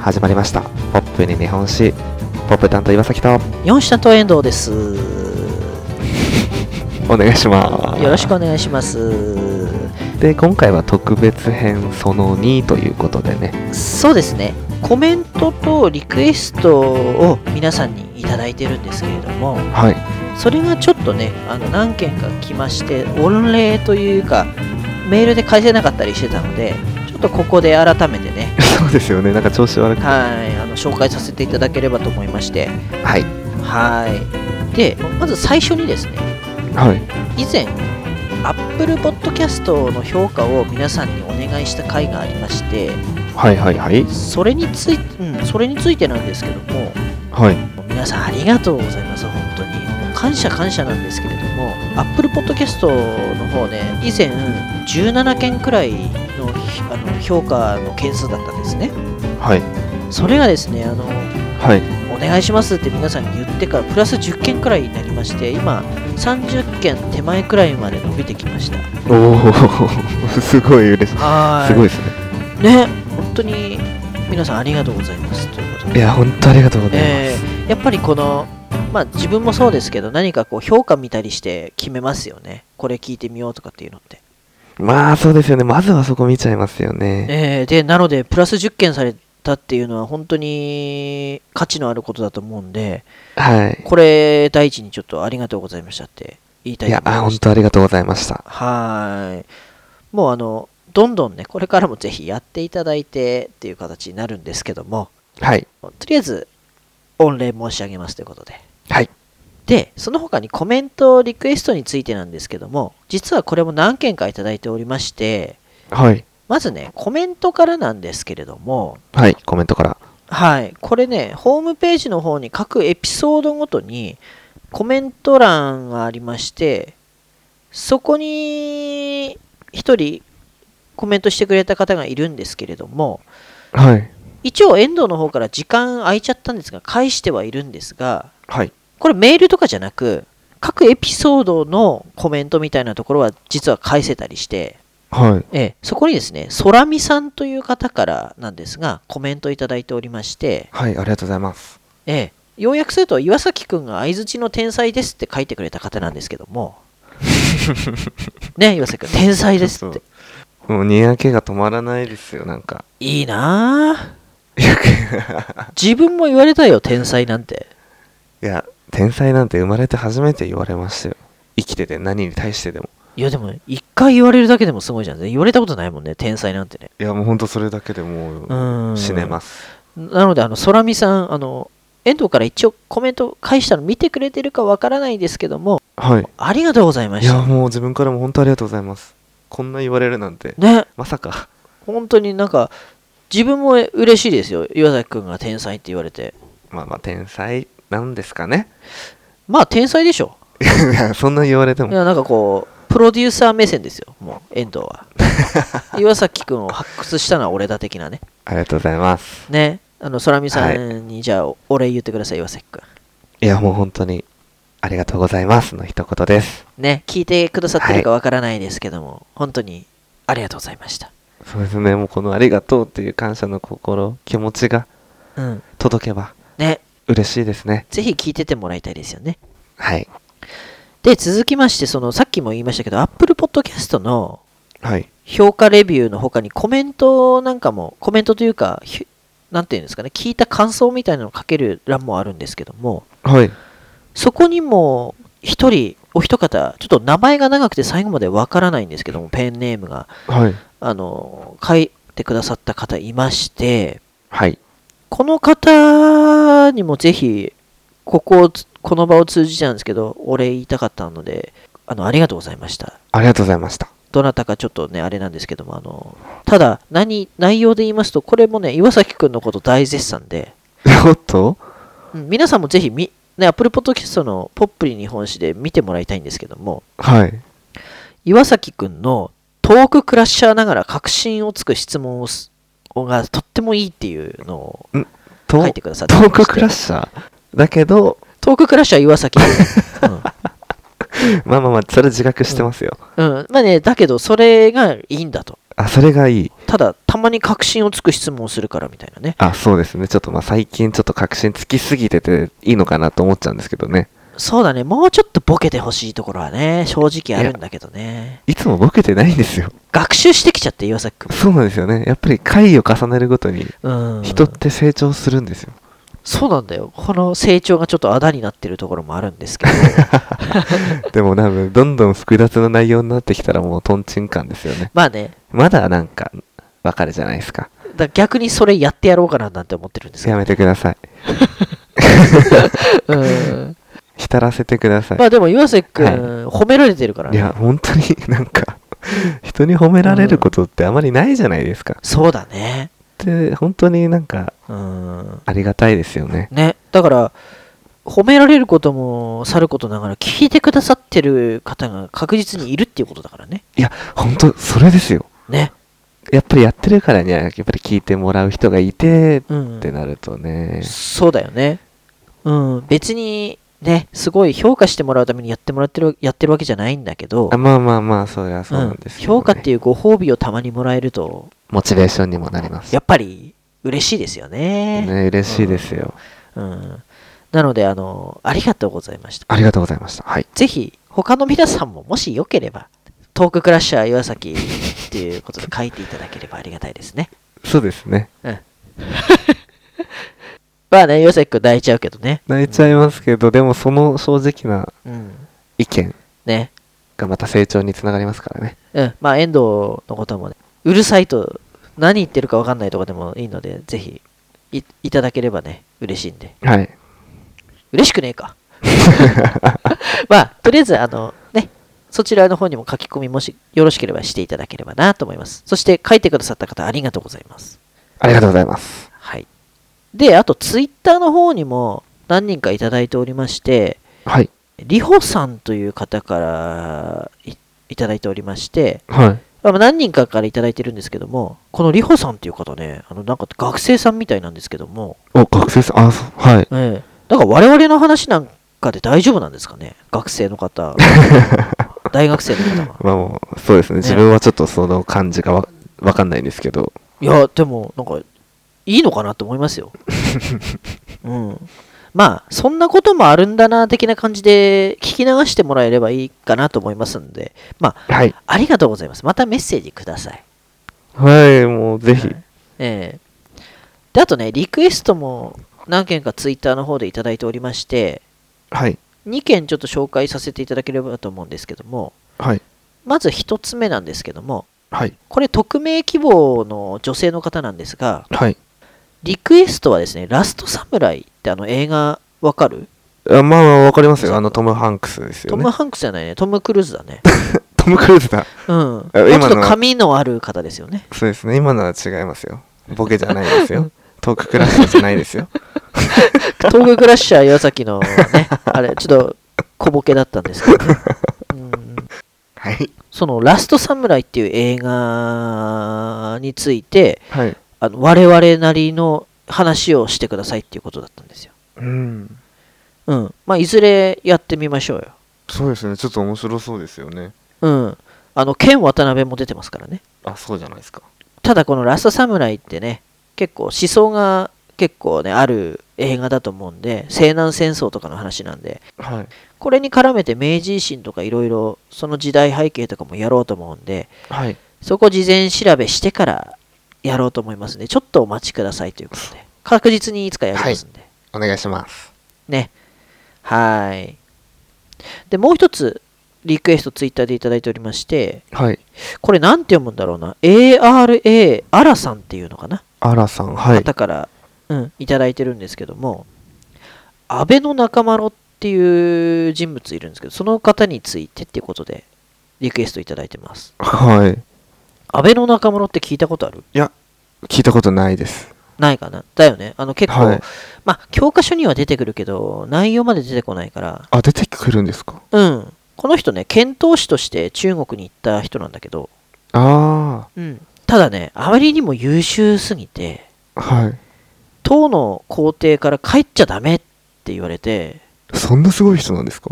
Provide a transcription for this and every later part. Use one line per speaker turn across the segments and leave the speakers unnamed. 始まりましたポップに日本史ポップ担当岩崎と
四下と遠藤です。
お願いします
よろしくお願いします。
で今回は特別編その2ということでね
そうですね。コメントとリクエストを皆さんにいただいてるんですけれども、
はい
それがちょっとね、あの何件か来まして、御礼というか、メールで返せなかったりしてたので、ちょっとここで改めてね、
そうですよねなんか調子悪く
はい、あの紹介させていただければと思いまして、
はい
はい。で、まず最初にですね、
はい
以前 Apple Podcast の評価を皆さんにお願いした回がありまして
はいはいはい
それについ、うん、それについてなんですけども
はい
皆さんありがとうございます本当に感謝感謝なんですけれども Apple Podcast の方ね以前17件くらいのひあの評価の件数だったんですね
はい
それがですねあの
はい
お願いしますって皆さんに言ってからプラス10件くらいになりまして今30件手前くらいまで伸びてきました
おおすごい嬉しい
は
すごいですね
ね本当に皆さんありがとうございますということ
い
で、
や本当ありがとうございます、
えーやっぱりこの、まあ、自分もそうですけど何かこう評価見たりして決めますよねこれ聞いてみようとかっていうのって、
まあそうですよねまずはそこ見ちゃいますよね
えーでなのでプラス10件されたっていうのは本当に価値のあることだと思うんで
はい
これ第一にちょっとありがとうございましたって言いたい
いや
と思
あ
いま
本
した
当ありがとうございました
はーいもうあのどんどんねこれからもぜひやっていただいてっていう形になるんですけども
はい
とりあえず、御礼申し上げますということで。
はい
で、その他にコメント、リクエストについてなんですけども、実はこれも何件かいただいておりまして、
はい
まずね、コメントからなんですけれども、
はいコメントから
はい、これね、ホームページの方に各エピソードごとにコメント欄がありまして、そこに一人コメントしてくれた方がいるんですけれども、
はい
一応遠藤の方から時間空いちゃったんですが、返してはいるんですが、
はい
これメールとかじゃなく各エピソードのコメントみたいなところは実は返せたりして、
はい
ええそこにですね空見さんという方からなんですがコメントいただいておりまして、
はいありがとうございます
ええ、要約すると岩崎くんが相づちの天才ですって書いてくれた方なんですけども ね岩崎くん天才ですって
もうにやけが止まらないですよなんか
いいなあ自分も言われたよ天才なんて
いや天才なんて生まれて初めて言われましたよ生きてて何に対してでも
いやでも一回言われるだけでもすごいじゃん言われたことないもんね天才なんてね
いやもうほんとそれだけでもう
うん
死ねます
なので、あの、空見さん、あの、遠藤から一応コメント返したの見てくれてるかわからないですけども、
はい
ありがとうございま
い
し
や
た。
もう自分からも本当ありがとうございますこんな言われるなんて
ね、
まさか
本当になんか、自分も嬉しいですよ。岩崎くんが天才って言われて。
まあまあ天才なんですかね
まあ、天才でしょ。
いやそんな言われて
い
も
や、なんかこう、プロデューサー目線ですよ、もう、遠藤 は。岩崎くんを発掘したのは俺だ的なね。
ありがとうございます
ね、あの、空見さんに、じゃあ、お礼言ってください、岩崎くん。
いやもう本当にありがとうございますの一言です
ね、聞いてくださってるかわからないですけども、本当にありがとうございました。
そうですねもうこのありがとうっていう感謝の心気持ちが
うん。
届けば
ね、
嬉しいですね
ぜひ聞いててもらいたいですよね。
はい
で、続きまして、その、さっきも言いましたけど、Apple Podcast の
はい
評価レビューの他にコメントなんかも、コメントというか、ひなんていうんですかね、聞いた感想みたいなのを書ける欄もあるんですけども、
はい
そこにも、一人、お一方、ちょっと名前が長くて最後までわからないんですけども、ペンネームが、
はい
あの、書いてくださった方いまして、
はい
この方にもぜひ、ここをつ、この場を通じてなんですけど、お礼言いたかったので、あの、ありがとうございました。
ありがとうございました
どなたかちょっとね、あれなんですけども、あの、ただ、何、内容で言いますと、これもね、岩崎くんのこと大絶賛で、
おっと
うん皆さんもぜひ、み、ね、Apple Podcast のポップリ日本史で見てもらいたいんですけども、
はい
岩崎くんのトーククラッシャーながら確信をつく質問をす、がとってもいいっていうのを
と
書いてくださって
ト
まして
ーククラッシャーだけど
トーククラッシャー 岩崎くん。うん
まあまあまあそれ自覚してますよ、
うん、まあね、だけど、それがいいんだと。
あそれがいい
ただたまに確信をつく質問をするからみたいなね
あそうですねちょっとまあ最近ちょっと確信つきすぎてていいのかなと思っちゃうんですけどね
そうだねもうちょっとボケてほしいところはね正直あるんだけどね
いつもボケてないんですよ
学習してきちゃって岩崎君
そうなんですよねやっぱり回を重ねるごとに
うん
人って成長するんですよ、
そうなんだよこの成長がちょっとあだになってるところもあるんですけど
でも多分どんどん複雑な内容になってきたらもうトンチンカンですよね
まあね
まだなんかわかるじゃないですか
だから逆にそれやってやろうかななんて思ってるんですけ
やめてください
ど、うん
浸らせてください、
まあでも岩崎君、
はい
褒められてるから
い
ね
や本当になんか人に褒められることってあまりないじゃないですか、
そうだね
で本当になんか
うん
ありがたいですよね
ねだから褒められることもさることながら聞いてくださってる方が確実にいるっていうことだからね
いや本当それですよ
ね
やっぱりやってるからにはやっぱり聞いてもらう人がいてっ
うん
てなるとね、
そうだよねうん別にねすごい評価してもらうためにやってもらってるやってるわけじゃないんだけど
あまあまあまあそりゃそうなんですけど、ね
評価っていうご褒美をたまにもらえると
モチベーションにもなります
やっぱり嬉しいですよね
ね嬉しいですよ、
うん、なのであのありがとうございました
ありがとうございましたはい
ぜひ他の皆さんももしよければトーククラッシャー岩崎っていうことで書いていただければありがたいですね
そうですね
うん まあね岩崎君泣いちゃうけどね
泣いちゃいますけど、でもその正直な
うん
意見
ね
がまた成長につながりますからね
うんまあ遠藤のこともねうるさいと何言ってるか分かんないとかでもいいのでぜひいいただければね嬉しいんで
はい
嬉しくねえか まあとりあえずあのねそちらの方にも書き込みもしよろしければしていただければなと思いますそして書いてくださった方ありがとうございます
ありがとうございます
はいであとツイッターの方にも何人かいただいておりまして
はい
りほさんという方からいいただいておりまして
はい
まあ何人かからいただいてるんですけどもこのりほさんという方ねあのなんか学生さんみたいなんですけども
お学生さんあそうはい
ええ、だから我々の話なんかで大丈夫なんですかね学生の 方大学生の方が
まあもうそうですね
ね
自分はちょっとその感じがわわかんないんですけど
いやでもなんかいいのかなと思います ようんまあそんなこともあるんだな的な感じで聞き流してもらえればいいかなと思いますんでまあ
はい
ありがとうございますまたメッセージください
はいもうぜひ
ええであとねリクエストも何件かツイッターの方でいただいておりまして
はい
2件ちょっと紹介させていただければと思うんですけども
はい
まず1つ目なんですけども、
はい
これ匿名希望の女性の方なんですが、
はい
リクエストはですね、ラストサムライってあの映画わかる、
あまあまあわかりますよあのトム・ハンクスです
ト
よ
ム・
ね
ハンクスじゃないね、トム・クルーズ だね。
トム・クルーズだ
うん。もう
あ
ち
今の
ょっと髪のある方ですよね。
そうですね今のは違いますよボケじゃないですよトーククラッシュじゃないですよ
トーククラッシャー岩崎のね、あれ、ちょっと小ボケだったんですけどね。うん
はい
そのラストサムライっていう映画について
はい
あの我々なりの話をしてくださいっていうことだったんですよ。
うん
うん。まあいずれやってみましょうよ。
そうですねちょっと面白そうですよね
うん。あの、ケン渡辺も出てますからね。
あそうじゃないですか
ただこのラストサムライってね、結構思想が結構ね、ある映画だと思うんで、西南戦争とかの話なんで、
はい
これに絡めて明治維新とかいろいろ、その時代背景とかもやろうと思うんで、
はい
そこ事前調べしてからやろうと思いますんで、ちょっとお待ちくださいということで、確実にいつかやりますんで。
お願いします
ね。はーい。で、もう一つ、リクエストツイッターでいただいておりまして、
はい
これなんて読むんだろうな ARA アラさんっていうのかな、
アラさんはい
方から、うん、いただいてるんですけども安倍の中丸っていう人物いるんですけどその方についてっていうことでリクエストいただいてます
はい
安倍の中丸って聞いたことある
いや聞いたことないです
ないかなだよねあの結構、
はい
まあ教科書には出てくるけど内容まで出てこないから
あ出てくるんですか
うんこの人ね遣唐使として中国に行った人なんだけど、
あ
うん、ただねあまりにも優秀すぎて
あはい
党の皇帝から帰っちゃダメって言われて、
そんなすごい人なんですか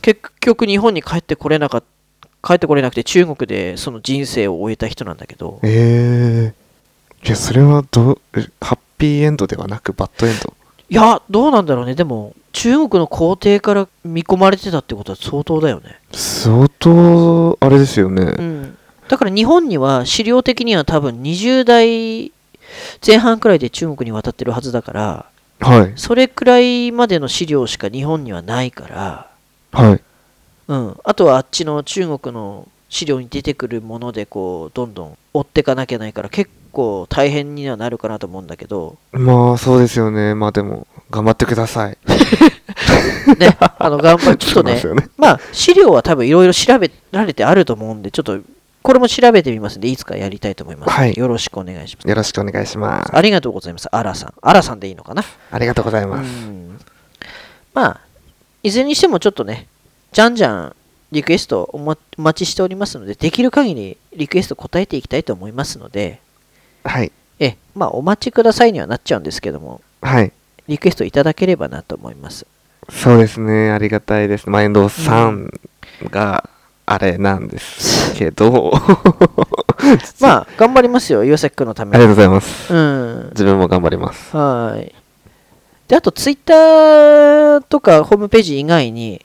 結局日本に帰ってこれなかっ帰ってこれなくて中国でその人生を終えた人なんだけど
ええいやそれはどうえハッピーエンドではなくバッドエンド
いやどうなんだろうねでも中国の皇帝から見込まれてたってことは相当だよね、
相当あれですよね、
うん、だから日本には資料的には多分20代前半くらいで中国に渡ってるはずだから
はい
それくらいまでの資料しか日本にはないから
はい
うん、あとはあっちの中国の資料に出てくるものでこうどんどん追ってかなきゃないから結構大変にはなるかなと思うんだけど、
まあそうですよねまあでも頑張ってください
ね、あの頑張るち
そ
ょっと
うで
ね
すよね
まあ資料は多分いろいろ調べられてあると思うんでちょっとこれも調べてみますんでいつかやりたいと思います、
はい
よろしくお願いします
よろしくお願いします
ありがとうございますアラさんアラさんでいいのかな
ありがとうございます、
うんまあいずれにしてもちょっとねじゃんじゃんリクエストおまお待ちしておりますのでできる限りリクエスト答えていきたいと思いますので
はい
ええまあお待ちくださいにはなっちゃうんですけども
はい
リクエストいただければなと思います
そうですねありがたいですマインドさんがあれなんですけど
まあ頑張りますよ岩崎くんのた
あ
め
りが
に
とうございます
うん
自分も頑張ります
はいであとツイッターとかホームページ以外に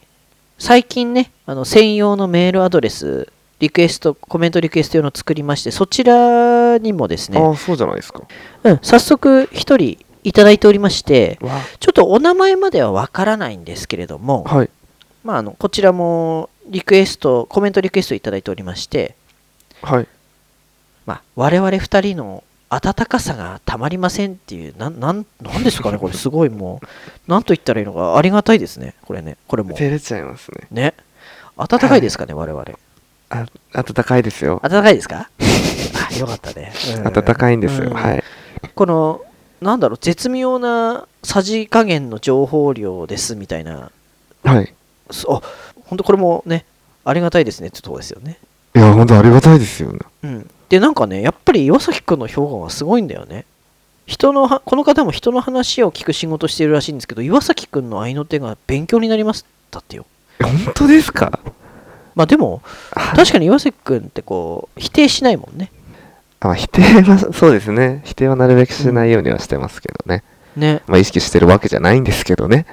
最近ねあの専用のメールアドレスリクエストコメントリクエスト用の作りましてそちらにもですね
ああそうじゃないですか
うん、早速一人いただいておりまして、
わ
ちょっとお名前まではわからないんですけれども、
はい
まあ、あのこちらもリクエスト、コメントリクエストいただいておりまして、
はい
まあ、我々二人の温かさがたまりませんっていう、なんなんなんですかね、これ、すごいもう、なんと言ったらいいのか、ありがたいですね、これね、これも。
照れちゃいますね
ね、温かいですかね、我々。
あ暖かいですよ
温かいですか あよかったね。うん
暖かいんですよ、
うん
はい
このなんだろう絶妙なさじ加減の情報量ですみたいな
はい
そあ本当これもねありがたいですねってとこですよね
いや本当ありがたいですよね
うんでなんかねやっぱり岩崎くんの評価がすごいんだよね人のはこの方も人の話を聞く仕事してるらしいんですけど岩崎くんの合いの手が勉強になりますだってよ
え本当ですか
まあでも
確
確かに岩崎くんってこう否定しないもんね
あまあ否定はそうですね否定はなるべくしないようにはしてますけどね、
ね
まあ意識してるわけじゃないんですけどね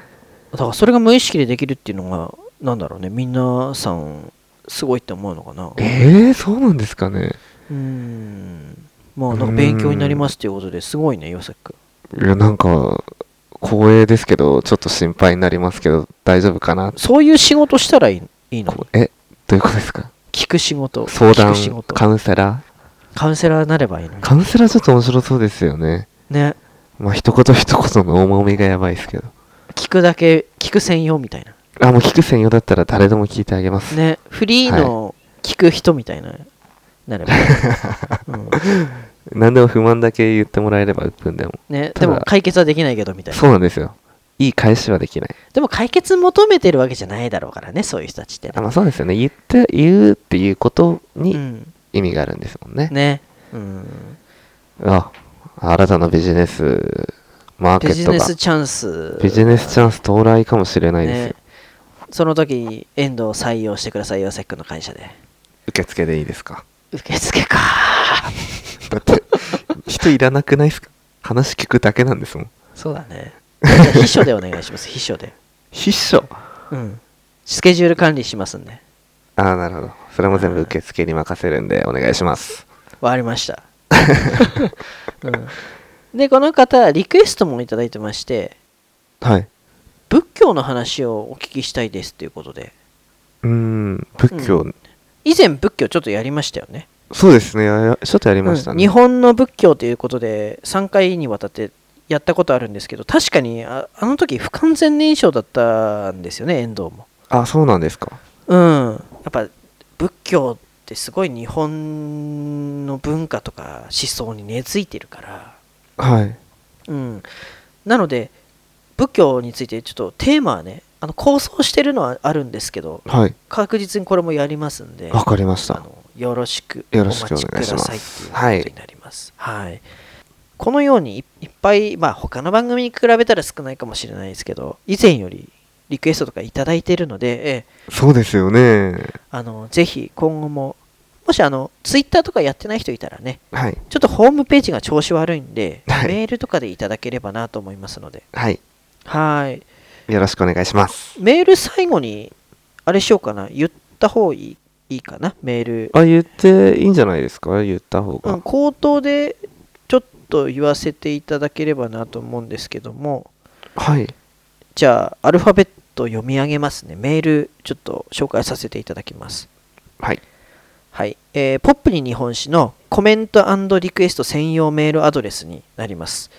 だからそれが無意識でできるっていうのがなんだろうねみんなさんすごいって思うのかな
えー、そうなんですかね
うーんまあなんか勉強になりますということですごいね岩崎君
いやなんか光栄ですけどちょっと心配になりますけど大丈夫かな
そういう仕事したらいいいいの
こえどういうことですか
聞く仕事
相
聞
談
く仕事
カウンセラ
カウンセラーになればいいの
ーカウンセラーちょっと面白そうですよね
ね
まあ一言一言の重みがやばいですけど
聞くだけ聞く専用みたいな
あもう聞く専用だったら誰でも聞いてあげます、
ねフリーの聞く人みたいな、な ればいい、うん
何でも不満だけ言ってもらえれば鬱憤でも
ね、
た
で
だ
も解決はできないけどみたいな
そうなんですよいい返しはできない
でも解決求めてるわけじゃないだろうからねそういう人たちってね
あまあそうですよね言って言うっていうこと
う
に
ん
意味があるんですもんね、
ねうん
あ新たなビジネスマーケ
ビ
ッ
ジ
ト
ネ
が
スチャンス
ビジネスチャンス到来かもしれないですよ、
ね、その時に遠藤を採用してください岩崎君の会社で
受付でいいですか
受付か
だって人いらなくないですか話聞くだけなんですもん
そうだねじゃあ秘書でお願いします秘書で
必勝
うんスケジュール管理しますんで
ああなるほどそれも全部受付に任せるんでお願いします
わかりました、うん、でこの方リクエストもいただいてまして
はい
仏教の話をお聞きしたいですということで
うーん仏教、
う以前仏教ちょっとやりましたよね
そうですねやちょっとやりましたね、
うん日本の仏教ということで3回にわたってやったことあるんですけど確かにああの時不完全燃焼だったんですよね遠藤も
あそうなんですか
うんやっぱ仏教ってすごい日本の文化とか思想に根付いてるから
はい
うんなので仏教についてちょっとテーマはねあの構想してるのはあるんですけど
はい
確実にこれもやりますんで
わかりました
あのよろしくお
よろ
待
しくお
ちく
願
だ
いします
さいっていうことになります。はい、このようにいいっぱい、まあ、他の番組に比べたら少ないかもしれないですけど以前よりリクエストとかいただいてるので、ええ
そうですよね。
あのぜひ今後ももしあのツイッターとかやってない人いたらね
はい。
ちょっとホームページが調子悪いんで、
はい
メールとかでいただければなと思いますので
はい。
はい
よろしくお願いします。
メール最後にあれしようかな言った方がいいいいかなメール、
あ、言っていいんじゃないですか言った方
う
が。
ん、口頭でちょっと言わせていただければなと思うんですけども
はい。
じゃあアルファベット読み上げますねメールちょっと紹介させていただきます
はい。
はい、えーポップに日本史のコメントリクエスト専用メールアドレスになります。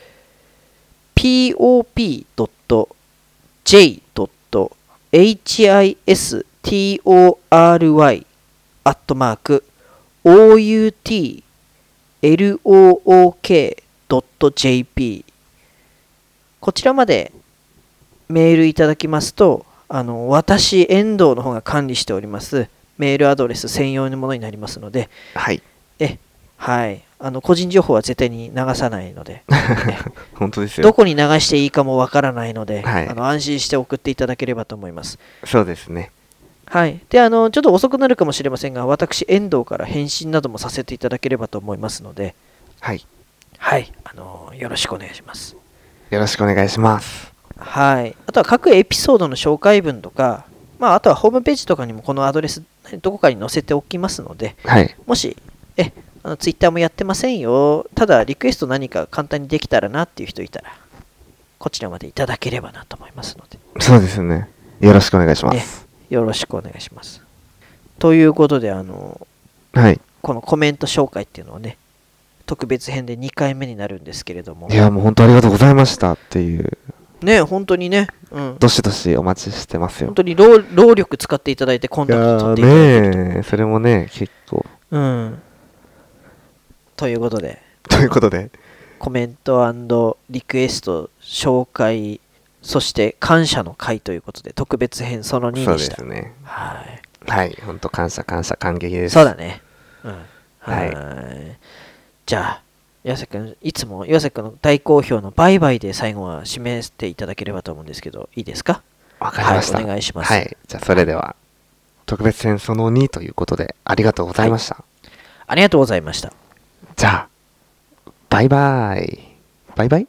pop.j.history.outlook.jp こちらまでメールいただきますとあの私遠藤の方が管理しておりますメールアドレス専用のものになりますので
はい。
えはいあの個人情報は絶対に流さない ので
本当です
ど
よ。
こに流していいかもわからないので、
はい
あの安心して送っていただければと思います
そうですね。
はいであのちょっと遅くなるかもしれませんが私遠藤から返信などもさせていただければと思いますので
はい。
はいあのよろしくお願いします
よろしくお願いします。
はい、あとは各エピソードの紹介文とか、まあ、あとはホームページとかにもこのアドレスどこかに載せておきますので
はい。
もしえあのツイッターもやってませんよただリクエスト何か簡単にできたらなっていう人いたらこちらまでいただければなと思いますので、
そうですね。よろしくお願いしま
ね
す。、
よろしくお願いしますということであの
はい。
このコメント紹介っていうのをね特別編で2回目になるんですけれども
いや、もう本当ありがとうございましたっていう。
ね本当にね、うん、
どしどしお待ちしてますよ
本。当に労労力使っていただいてコン
い
タクト
や
取っ
ー
ていただいてると
ねえ、それもね、結構。
うん。ということで、
ということで、
コメントリクエスト、紹介、そして感謝の会ということで、特別編その2
そう
で
で
した。
すね。
はい。
はい、本当感謝感謝感激です。
そうだね。うん。
はい
いじゃあ、岩崎君、いつも岩崎君の大好評のバイバイで最後は締めていただければと思うんですけど、いいですか
わかりました。
はいお願いします
はい、じゃあそれでは、特別編その2ということで、ありがとうございました。
ありがとうございました。
じゃあ、バイバイ。バイバイ